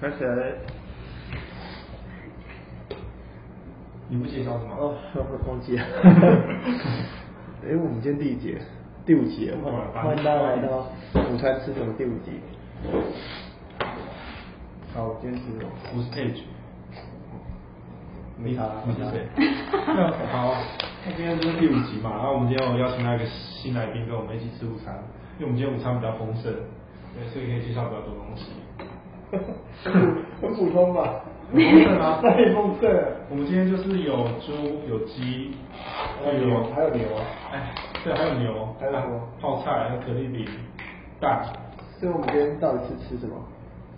而且你不介绍是吗？哦，忘 记了。哎，我们今天第几节？第五集了，不管欢迎大家来到午餐吃什么第五集。好，我今天 吃什么？我是 Page，没啥你是 谁？好，那今天就是第五集嘛，然后我们今天我邀请到一个新来宾跟我们一起吃午餐，因为我们今天午餐比较丰盛，对，所以可以介绍比较多东西。很普通吧？很丰盛啊太丰盛了。我们今天就是有猪，有鸡，还有牛，还有牛啊！哎，对，还有牛，啊还有什么泡菜，还有可丽饼，蛋，所以我们今天到底是吃什么？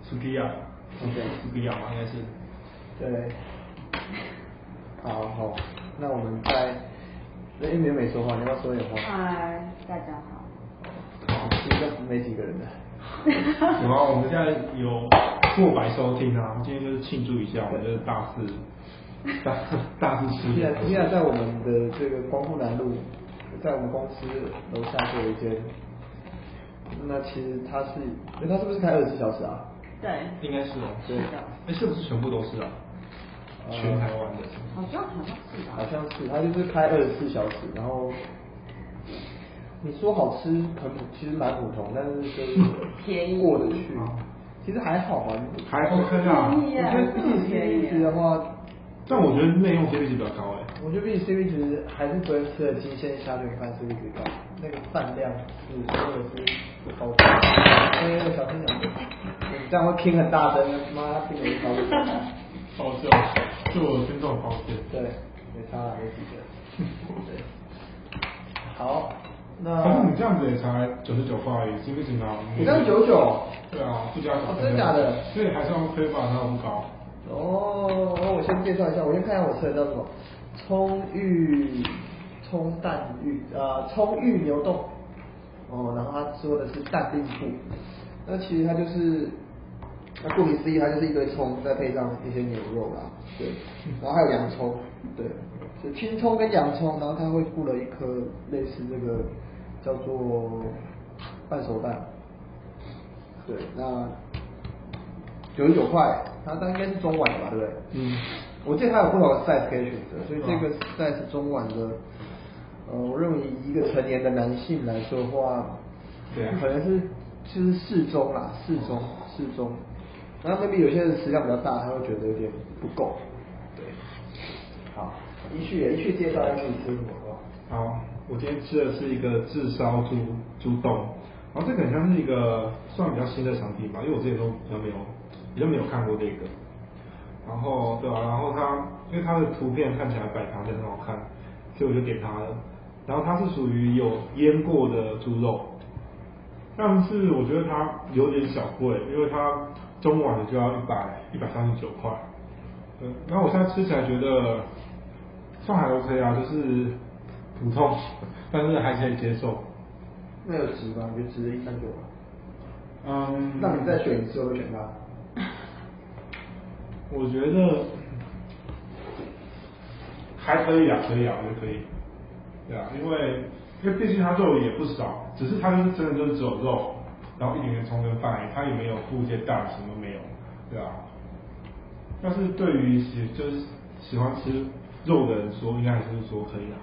苏吉亚， OK 苏吉亚嘛，应该是。对。好好，那我们在，那一美美说话，你要不要说点话？嗨，呃大家好。应该没几个人的。 有啊，我们现在有过百收听啊，我们今天就是庆祝一下，我们就是大四，大大四吃依 年然。依然在我们的这个光复南路，在我们公司楼下就有一间。那其实它是，诶它是不是开二十四小时啊？对，应该是哦，对是的，哎，是不是全部都是啊？呃全台湾的，好像好像是好吧？像是，它就是开二十四小时，然后你说好吃很普，其实蛮普通，但是就是便宜过得去哦，其实还好吧。还 OK 啊。我便宜觉啊得比起 CP 值的话，但我觉得内用 CP 值比较高哎。我觉得比起 CP 值还是昨天吃的金鲜虾卷饭 CP 值高，那个饭量是真的是不高的。哎、小心点，你这样会听很大声，妈听很高的。抱歉，对我听众抱歉。对，没差啦，没几个。对，好，那反哎正你这样子也才九十九块而已，行不行啊？你刚九九对啊，不加小哦真的假的所以还是要 OK 吧，它不高。哦，那我先介绍一下，我先看一下我吃的叫什么，葱玉葱蛋玉啊、葱玉牛冻，哦，然后他说的是蛋并布，那其实它就是，那顾名思义，它就是一堆葱，再配上一些牛肉啦，对，然后还有洋葱，对，是青葱跟洋葱，然后它会附了一颗类似这个叫做半熟蛋，对，那九十九块，它它应该是中晚的吧，对不对？嗯。我记得它有不同的 size 可以选择，所以这个嗯 size 中晚的，呃，我认为以一个成年的男性来说的话，对啊哦可能是就是适中啦，适中适中。然后 maybe 有些人食量比较大，他会觉得有点不够。对，好，一序也一序介绍一下自己吃什么吧。好，我今天吃的是一个炙烧猪猪冻，然后这个很像是一个算比较新的产品吧，因为我之前都比较没有比较没有看过这个。然后对啊，然后它因为它的图片看起来摆盘的很好看，所以我就点它了。然后它是属于有腌过的猪肉，但是我觉得它有点小贵，因为它中碗的就要一百一百三十九块。对，然后我现在吃起来觉得算还 OK 啊，就是普通，但是还可以接受。那有值吗？你就值一三九吗？嗯，那你再选一次，我会选它。 我觉得还可以啊，可以啊，我觉得可以。对啊，因为因为毕竟它肉也不少，只是它就是真的就是只有肉，然后一点点葱跟饭而已，它也没有附一些蛋，什么都没有，对啊。但是对于喜就是喜欢吃肉的人说，应该还是说可以啊。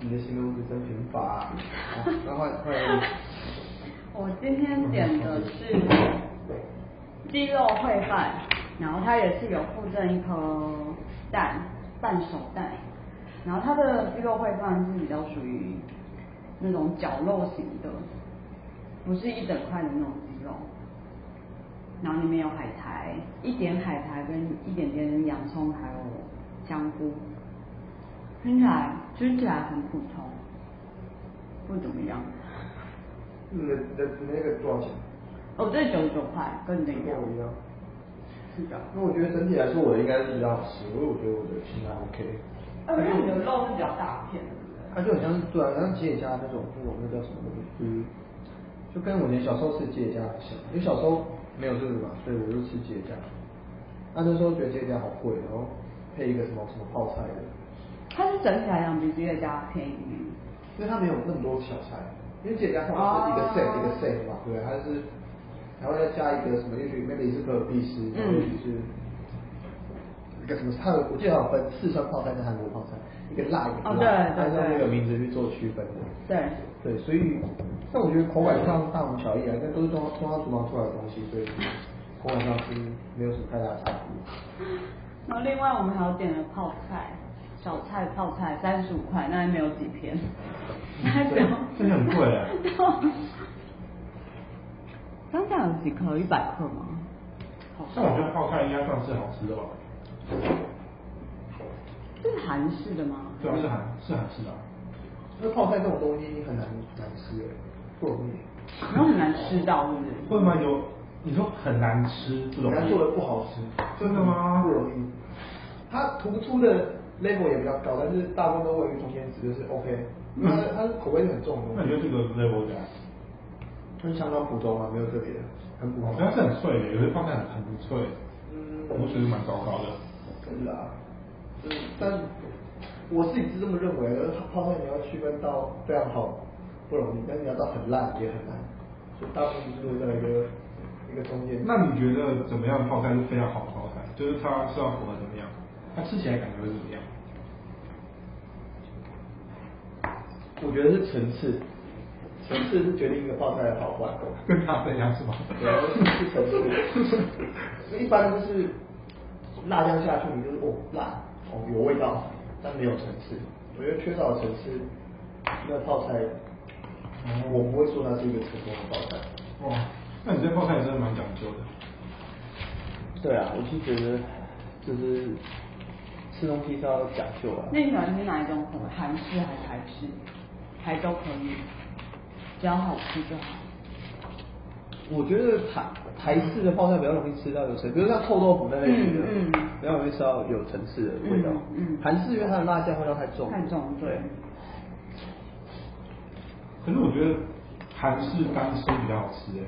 你的形容词真贫乏、 啊。好那换换人。我今天点的是鸡肉烩饭，然后它也是有附赠一颗蛋，半熟蛋。然后它的鸡肉烩饭是比较属于那种绞肉型的，不是一整块的那种鸡肉。然后里面有海苔，一点海苔跟一点点洋葱，还有香菇。听起来吃起来很普通，不怎么样。你的你的你那个多少钱？哦，这九十九块，跟你的一跟样。哦我一样。是的。那我觉得整体来说，我的应该是比较好吃，因为我觉得我的其实还 OK。而且你的肉是比较大片的。它就很像是对啊，很像吉野家那种那种那叫什么东西，嗯，就跟我以前小时候吃吉野家很像，因为小时候没有这个嘛，所以我就吃吉野家。那那时候觉得吉野家好贵，然后配一个什么什么泡菜的，它是整体来讲比吉野家便宜。因为它没有那么多小菜，因为吉野家通常是一个哦 set、一个 set 嘛，对不对，它是然后再加一个什么，也许 maybe 是可尔必斯，嗯然后也许是一个什么，它有我记得还有分四川泡菜跟韩国泡菜，一个辣一个哦不对辣，对按照那对个名字去做区分的。对，对，所以但我觉得口感上大同小异啊，但都是中中央厨房出来的东西，所以口感上是没有什么太大的差别。然后另外我们还有点了泡菜，小菜泡菜三十五块，那还没有几片，那只有这很贵 哎刚才有几颗？一百克吗？好像我觉得泡菜应该算是好吃的吧？这是韩式的吗？对啊，是韩是韩式的啊。因为泡菜这种东西你很难难吃的，不容易，然后很难吃到，是不是？会吗？有你说很难吃这种很，难做的不好吃，真的吗？不容易。它突出的 level 也比较高，但是大部分都位于中间值，就是 OK。它它口味是很重嗯那的你觉东得西，这个 level 怎样？就是相当普通嘛，没有特别的，很普我通觉。得哦是很脆的，有些泡菜很很不脆，嗯我觉得蛮糟糕的。是啊，嗯，但我自己是这么认为的，泡菜你要区分到非常好不容易，但是你要到很烂也很难，所以大部分是落在一个一个中间。那你觉得怎么样的泡菜是非常好的泡菜？就是它是要符合怎么样？它吃起来感觉会怎么样？我觉得是层次，层次是决定一个泡菜的好坏。跟咖啡一样是吗？对，是层次。 所以一般就是辣酱下去，你就是哦辣，哦有味道，但没有层次。我觉得缺少层次，那泡菜，嗯我不会说它是一个成功的泡菜。哇，哦那你对泡菜真的蛮讲究的。对啊，我是觉得就是吃东西是要讲究啊。那你喜欢吃哪一种口味？韩式还是台式？还都可以，只要好吃就好。我觉得台台式的泡菜比较容易吃到有层，比如像臭豆腐那类型的，嗯嗯比较容易吃到有层次的味道。嗯嗯韩式因为它的辣酱味道太重，太重，对。可是我觉得韩式单吃比较好吃诶，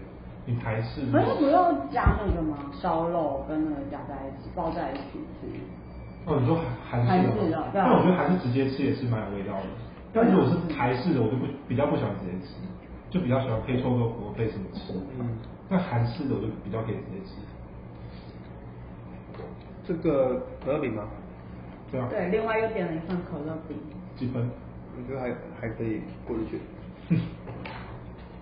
你台式可是不要加那个吗？烧肉跟那个加在一起，包在一起吃。哦，你说韩韩式韩式的的吗，对啊但我觉得韩式直接吃也是蛮有味道的。但如果是台式的，我就不比较不喜欢直接吃，就比较喜欢配臭豆腐、配什么吃。嗯，那韩式的我就比较可以直接吃，这个可乐饼吗？对啊，对，另外又点了一份可乐饼。几分？我觉得还还可以过得去。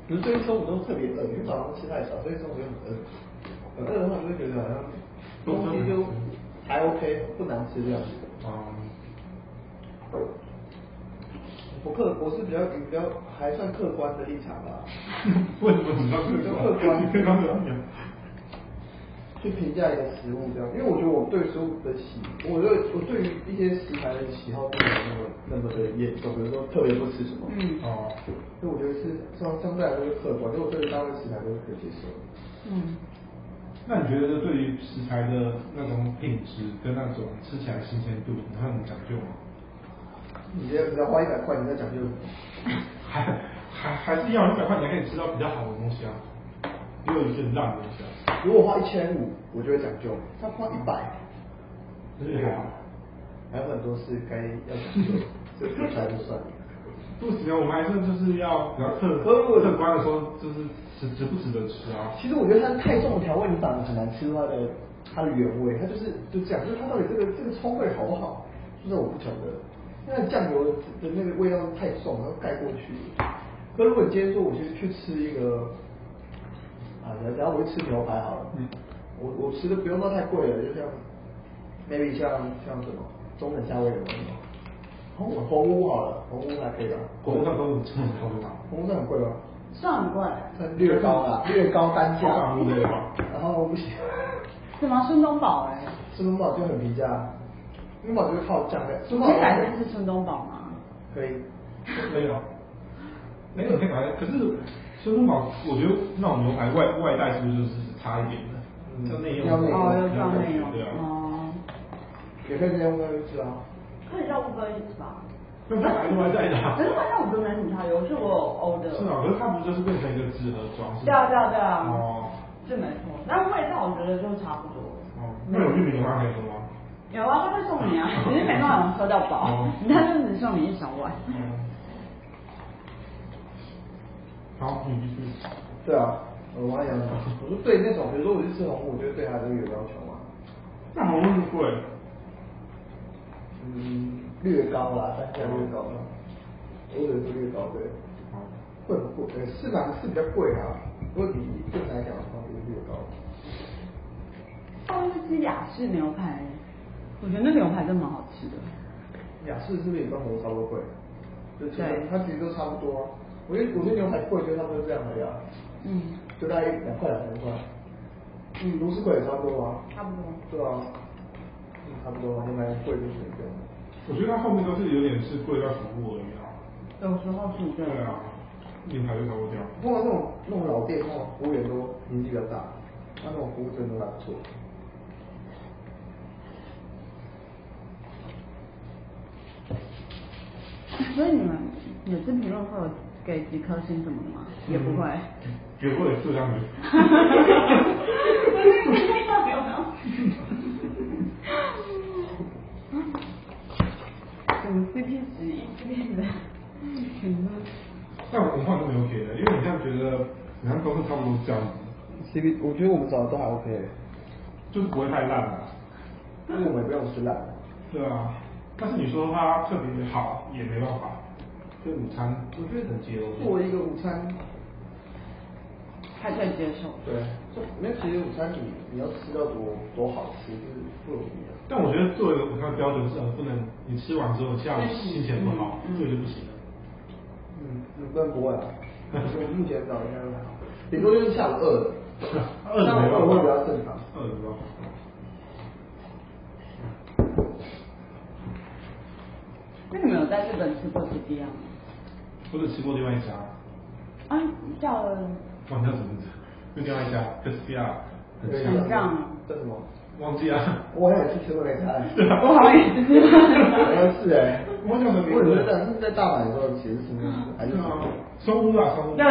可是最近中午都特别饿，因为早上吃太少，所以中午又很饿。很饿的话，就会觉得好像东西就还 OK，不难吃这样子。哦、我客我是比较比较还算客观的立场 吧， 为什么你要客客 观？观客观怎么样？去评价一个食物这样，因为我觉得我对食物的喜，我对我对于一些食材的喜好不没有那么那么的严重，比如说特别不吃什么，嗯哦，所以我觉得是相相对来说是客观，因为我对于大部分食材都是可以接受的。嗯，那你觉得对于食材的那种品质跟那种吃起来新鲜度，你会很讲究吗？你这只要花一百块，你在讲究什么？还还还是要一百块钱可以吃到比较好的东西啊，也有一些烂的东西啊，如果花一千五，我就会讲究；他花一百，就是还好。还有很多事该要讲究，这食材就算了。不行啊，我们还是就是要比较客客观的说，就是值值不值得吃啊？其实我觉得它太重的调味，你反而很难吃出它的它的原味。它就是就这样，就是它到底这个这个葱味好不好，就是我不晓得。那酱油的那个味道太重，它盖过去。可如果你今天说我去去吃一个啊，然然后我去吃牛排好了，嗯我我吃的不用到太贵了，就像 maybe 像像什么中等价位的红红屋好了，红屋还可以吧？火锅上都吃很多嘛，红屋算很贵吗？算很贵。算略高啊啦，略高单超价港。物类的吧？然后不行，什么孙东宝哎、孙东宝就很平价，孙东宝就是靠酱料，你孙可东宝以改成是孙东宝吗？可以，可以啊。那个可以买，可是孙东宝，我觉得那种牛排外外带是不是就是差一点的？嗯要内用，要内用哦，又知道内容对啊。哦，也可以这样外面吃啊。可以叫乌龟是吧？那它还是外带的啊可。是外带我都没什么差别，我是我有 order。是啊，可是它不就是变成一个纸盒装？是吗对啊对啊对啊。哦这没错，但味道我觉得就差不多。哦，那有玉米牛排可以喝吗？有啊，他会送你啊，只是没办法喝到饱哦，他就只送你一小碗。嗯好，你继续。对啊，我妈也要求，我说对那种，比如说我去吃红我就对它这个有要求啊，那好像不贵，嗯，略高啦，单价略高啦，我有是略高对，贵不贵？呃，是吧？是比较贵啊，如果比正常来讲的话，就是略高。上次吃雅式牛排，我觉得那牛排真蛮好吃的。雅士是不是也跟红烧肉贵？就其对实它其实都差不多啊。我觉得我觉得牛排贵就差不多这样的呀，嗯就大概一两块两三块。嗯螺蛳粉也差不多啊。差不多。对啊，嗯，差不多，牛排贵就是这样。我觉得它后面都是有点是贵在服务而已啊。有时候煮的。对啊，牛排就少不掉。不过那种那种老店，那种服务员都年纪比较大，他那种服务真的还不错。所以你们每次评论会有给几颗星什么的吗？也不会。给我也是这样子。怎么 CP 值一直变得评论？但我文化都没有给的，因为你现在觉得好像都是差不多这样子， CP，我觉得我们找的都还 OK，就是不会太烂了。因为我们也不用吃烂。对啊，但是你说它特别好也没办法，就午餐我觉得很接作受。为一个午餐，还可以接受。对，就没有其实午餐你你要吃到多多好吃是不容易的。但我觉得作为午餐标准是很不能，你吃完之后下午心情不好，嗯嗯这个就不行了。嗯，你不能不会啊，我目前找应该还好，顶多就是下午饿了， 饿了下没午饿会办比法较正常。饿了没办法。那你们有在日本吃过这地啊？我只吃过另外一家，啊，叫了忘记叫什么名字，就另外一家 c s p i a 很对像很像叫什么？忘记啊。我也去吃过那餐， 不好意思，好像是哎，我叫什么名嗯我字觉得是在大阪的时候其实是还是什么？松屋啊，松屋， 对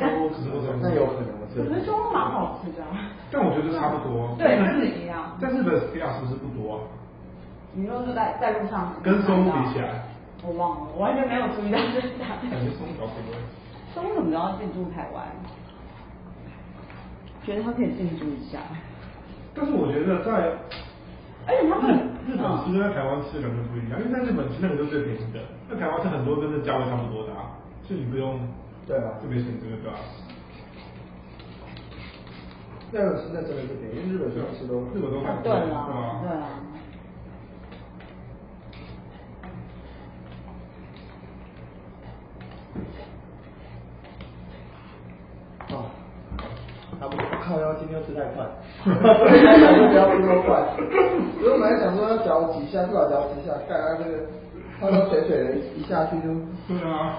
松屋只是松屋，那有可能我我是觉。得中文蛮好吃的、啊。但我觉得差不多。对日本一样但日本 s p i a 是不是不多啊？你说是在在路上跟松屋比起来，我忘了，我完全没有注意到这家。感觉松屋比较多。松屋怎么都要进驻台湾？觉得他可以进驻一下，但是我觉得在而且他日们嗯日本吃跟在台湾吃感觉不一样，因为在日本吃那个都是最便宜的，在台湾吃很多真的价位差不多的啊，所以你不用对啊，特别选这个对吧？日本吃那真的是便宜，因为日本什么吃都日本都嗯很对贵，对啦，对啊吧？啦。哦，差不多。靠腰今天又吃太快，我不要吃那么快。所以我本来想说要嚼几下，至少嚼几下，看他这个汤汤水水的，一下去就对啊，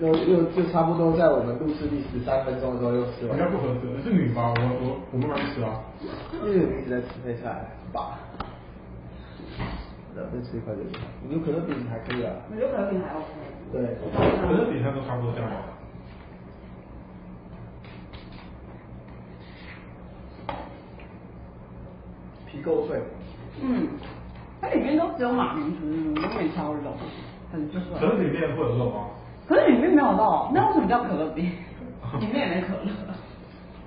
又又就差不多在我们录制第十三分钟的时候又吃比完较。不合格，是你吧？我我我慢慢吃啊。日本一直在吃配菜，吧？再吃一块就行。你有可乐饼还可以啊。我觉得可能还 OK。对，可能比赛都差不多这样吧。皮够脆。嗯，它里面都只有马铃薯那种，都没挑肉，很就是。可是里面会有肉吗？可是里面没有肉，那为什么叫可乐饼？ 里面也没可乐，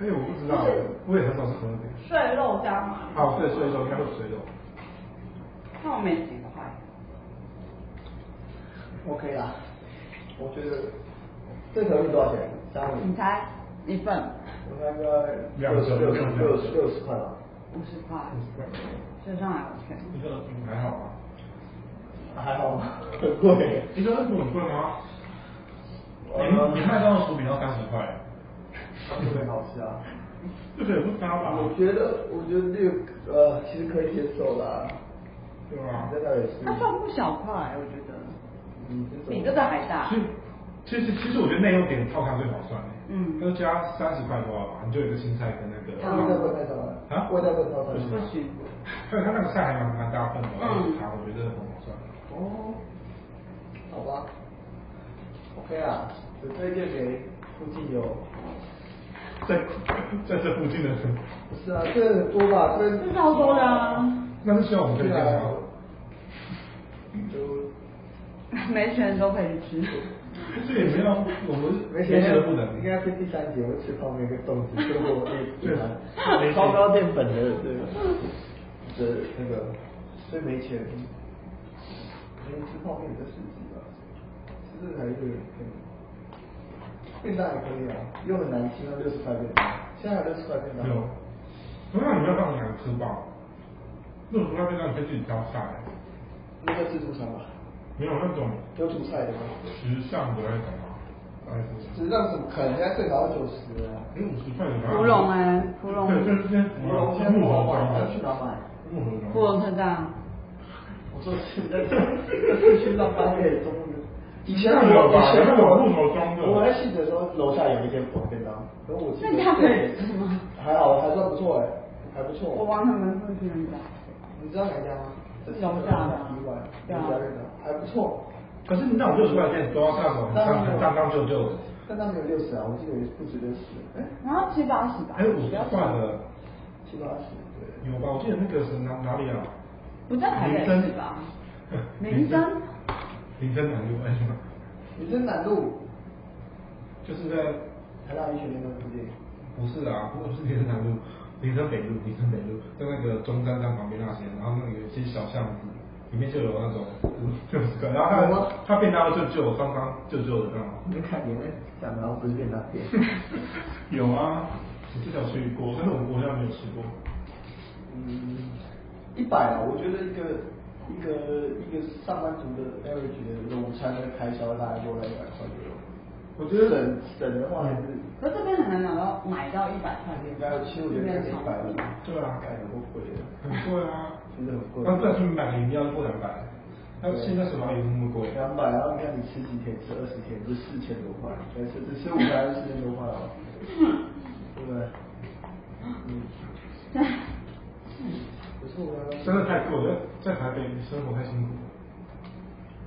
哎、我不知道，我也很少吃可乐饼。碎肉加马铃薯。啊，对，碎肉应该会有碎肉。那我没几块。 OK 啦，我觉得这可乐饼多少钱？三五。你猜一份我大概两六个十六十六十六十块吧，五十块，就上来 OK。一个饼还好啊。还好吧， 很贵。一个饼很贵吗？呃哎你你麦当劳薯饼要三十块，特别好吃啊！这个也不搭吧？我觉得，我觉得略呃，其实可以接受啦。对吧？这倒也是。它算不小块，我觉得嗯，比这个还大所。以其实其实我觉得内用点套餐最划算的。嗯要加三十块多少吧？你就有一个青菜跟那个。味道不会太少了啊味道不会太少不行，还有它那个菜还蛮蛮大份的，嗯然后它我觉得很划算。哦，好吧，OK 啊，只推荐给附近有，在在这附近的，不是啊，这很多吧，这这超多的啊， 那是需要我们推对荐啊吗？，就没钱的时候可以去吃。这也没有，我们没觉钱得不能应。该是第三节，我吃泡面跟粽子，吃过那没钱个超高淀粉的，对，的那个，所以没钱，没吃泡面的十几吧，其实还是便当也可以啊，又很难吃，那六十块便当，现在还有六十块便当没有吗，那你要让我两个吃饱，那种要被让你可以自己挑菜，那个自助餐吧，没有那种有主菜的吗？时尚的那种啊，哎，只让怎么可能？现在最少要九十啊，哎五十块的吧芙蓉哎芙蓉对对对，芙蓉现在不好买，要去哪买？木头的芙蓉特大，我说是在市区上班可以中午。以前我有吧以前有我木头装的我在戏的时候，楼下有一间火便当，可是我记得那他们有吃吗还好，还算不错哎，还不错。我帮他们付钱的。你知道哪一家吗？这楼下的意外，对啊家认的还不错，可是你那种六十块钱都要上手，上上上上旧旧的，但他没有六十啊，我记得也不止六十，哎，然后七八十吧，还有哎五十块的七八十，对，有吧？我记得那个是哪哪里啊？不在台北是吧？林民森生，林森南路哎什么？女生南路就是在台大医学院那附近，不是啊，不是林森南路，林森北路，林森北路，在那个中山站旁边那些，然后那个有一些小巷子，里面就有那种六十块，然后它它变大了就旧方方旧旧的那种。你看你们讲的不是便当店，有啊，我至少去过，但是我好像没有吃过。嗯，一百啊，我觉得一个一个一个上班族的 average 的午餐的开销大概落在一百块左右。我觉得嗯省省的话还是可是这边很难买到买到一百块应该有，其实我觉得可能一百二，对啊感觉不贵的，很贵啊，其实很贵。那不然去买个饮料就过两百，那现在什么也那么贵。两百，然后你看你吃几天，吃二十天就四千多块，但是只吃午餐四千多块哦，对不对？嗯，嗯不错啊，真的太贵，我觉得在台北生活太辛苦了。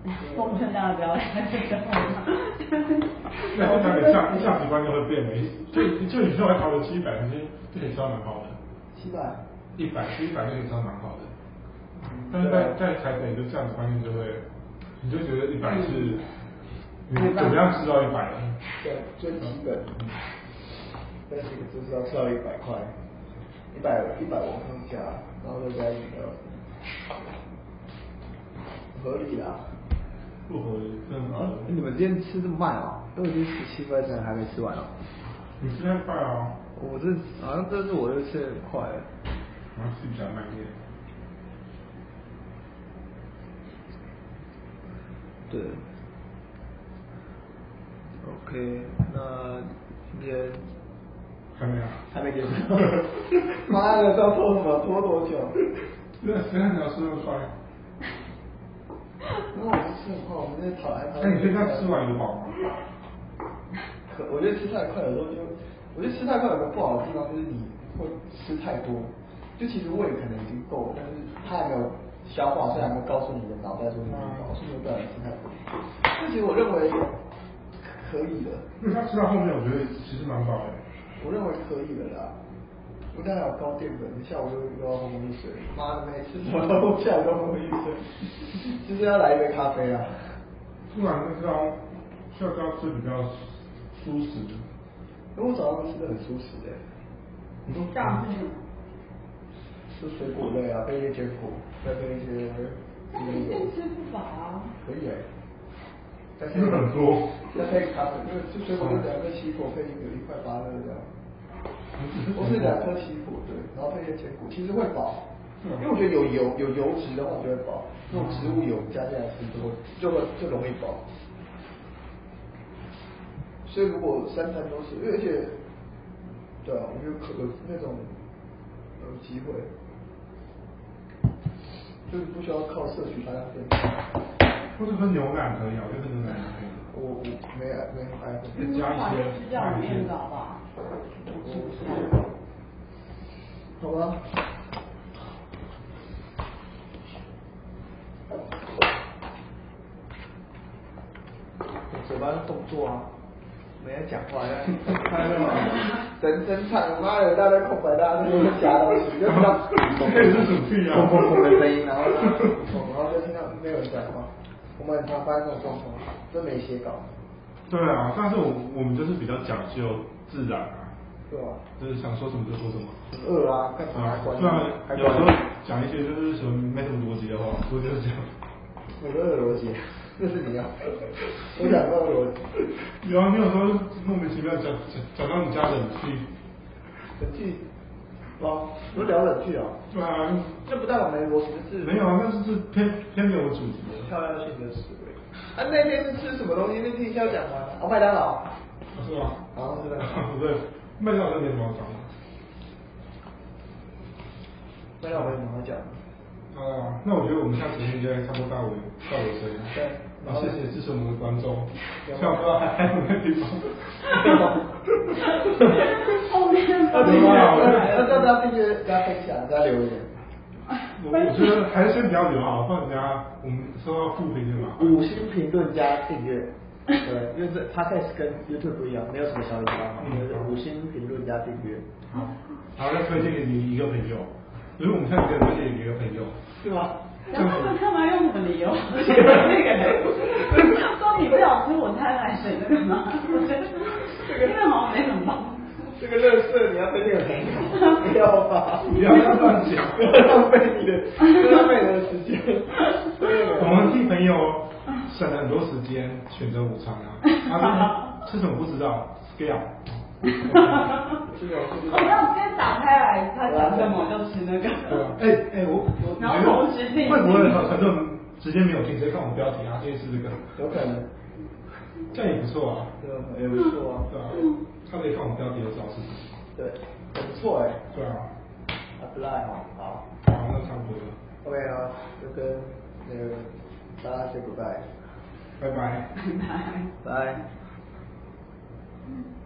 奉劝大家不要来这个。 那在台北价价值观就会变了，就就你说来台北吃一百，你就可以吃到蛮好的，七百，一百吃一百就可以吃到蛮好的。但是在在台北就价值观念就会，你就觉得一百是，你怎么样吃到一百？对，最基本，但是就是要吃到一百块，一百一百往上加，然后再加饮料，合理啦。不合理，真的不合啊理，你们今天吃这么慢哦，都已经十七分了，还没吃完哦。你吃太快哦，我这好像这是我的吃的很快了，然后吃比较慢一点。对。OK，那今天还没有。还没结束，妈的，到拖什么？拖多久？对，谁让你要吃那么快？那我们吃很快，我们在讨厌那哎你最看吃完有饱吗？可我觉得吃太快有时候就，我觉得吃太快有个不好的地方就是你会吃太多，就其实胃可能已经够了，但是它还没有消化，所以还没有告诉你的脑袋说你已经饱，所以你会不小心吃太多。这其实我认为可以的，因为他吃到后面，我觉得其实蛮饱的。我认为可以的啦。我刚才有高淀粉，下午又又要喝红水，妈的没吃什么，我下午要喝一水，就是要来一杯咖啡啊。突然就知道需要知道吃比较舒适。因为我早上吃的很舒适的、你都这样是什么？吃水果类啊，配一些坚果，再配一些那一定吃不饱啊。可以哎、但是吃很多，那配咖啡，因为就水果就两颗奇异果配一个一块八的这样，我是两颗奇异果对，然后配一些坚果，其实会饱，因为我觉得有油有油脂的话就会饱，那种植物油加进来吃就会就会就容易饱。所以如果三餐都是，因为而且，对啊，我觉得可有那种有机会，就是不需要靠摄取大量电或者喝牛奶可以啊，我觉得喝牛奶也可以。我我哦没没很爱喝。再加一些吃掉里面的好不好？好吧。嘴巴的动作啊，没人讲话 呀，整整场妈的大家空白，大家都是夹东西，就听到砰砰砰的声音，啊然后然后就听到没有人讲话，我们很常发生这种状况，这没写稿，对啊，但是我我们就是比较讲究自然啊，对吧？就是想说什么就说什么。很饿啊，干什么啊还，管你虽然还有时候管你讲一些就是什么没什么逻辑的话，我就是这样。我的恶逻辑，那是你啊，我讲恶逻辑，有啊，你有时候莫名其妙讲讲讲到你家冷去，冷剧，哦，我聊冷剧啊，对啊，这不代表没逻辑，就是没有啊，那是偏偏没有主题的。跳跃性的思维。啊，那天是吃什么东西？那天要讲吗？哦，麦当劳。是吧？好是的 对，麦当劳没什么好讲的。麦当劳有什么好讲？啊，那我觉得我们下次应该差不多到尾到尾声了。对然后谢谢支持我们的观众，虽然不知道还有没有地方。后 面要不订是阅，啊我要大家订阅，加分享，加留言，我我觉得还是先不要留好，不然等一下啊我们收到负评就麻烦。五星评论加订阅。对，因为这 podcast 跟 YouTube 不一样，没有什么小礼包嘛，就是五星评论加订阅，好，然后再推荐给你一个朋友，因为我们现在只有推荐给一个朋友。是吗？然后他们干嘛用什么理由？那个说你不想吃我太奶水那个吗？我觉得这个好像没什么帮助。这个乐色你要推荐给朋友，不要吧？不要乱讲，不要 浪费你的，不要浪费你的时间。对我们替朋友省了很多时间选择午餐啊，啊吃什么不知道，scale。这个我是我要先打开来，他讲什么我就吃那对个。嗯啊，哎哎，我我然后同时进行会不会很很多人直接没有听，直接看我们标题啊，直接吃这个，有可能，这样也不错啊，对，也不错啊，对啊，嗯他可以看我们标题就知道是什么，对，很不错哎、对啊，还不赖哦，好好，那差不多了， ，OK 啊，就跟那个大家 say goodbye，拜拜。拜拜。拜。嗯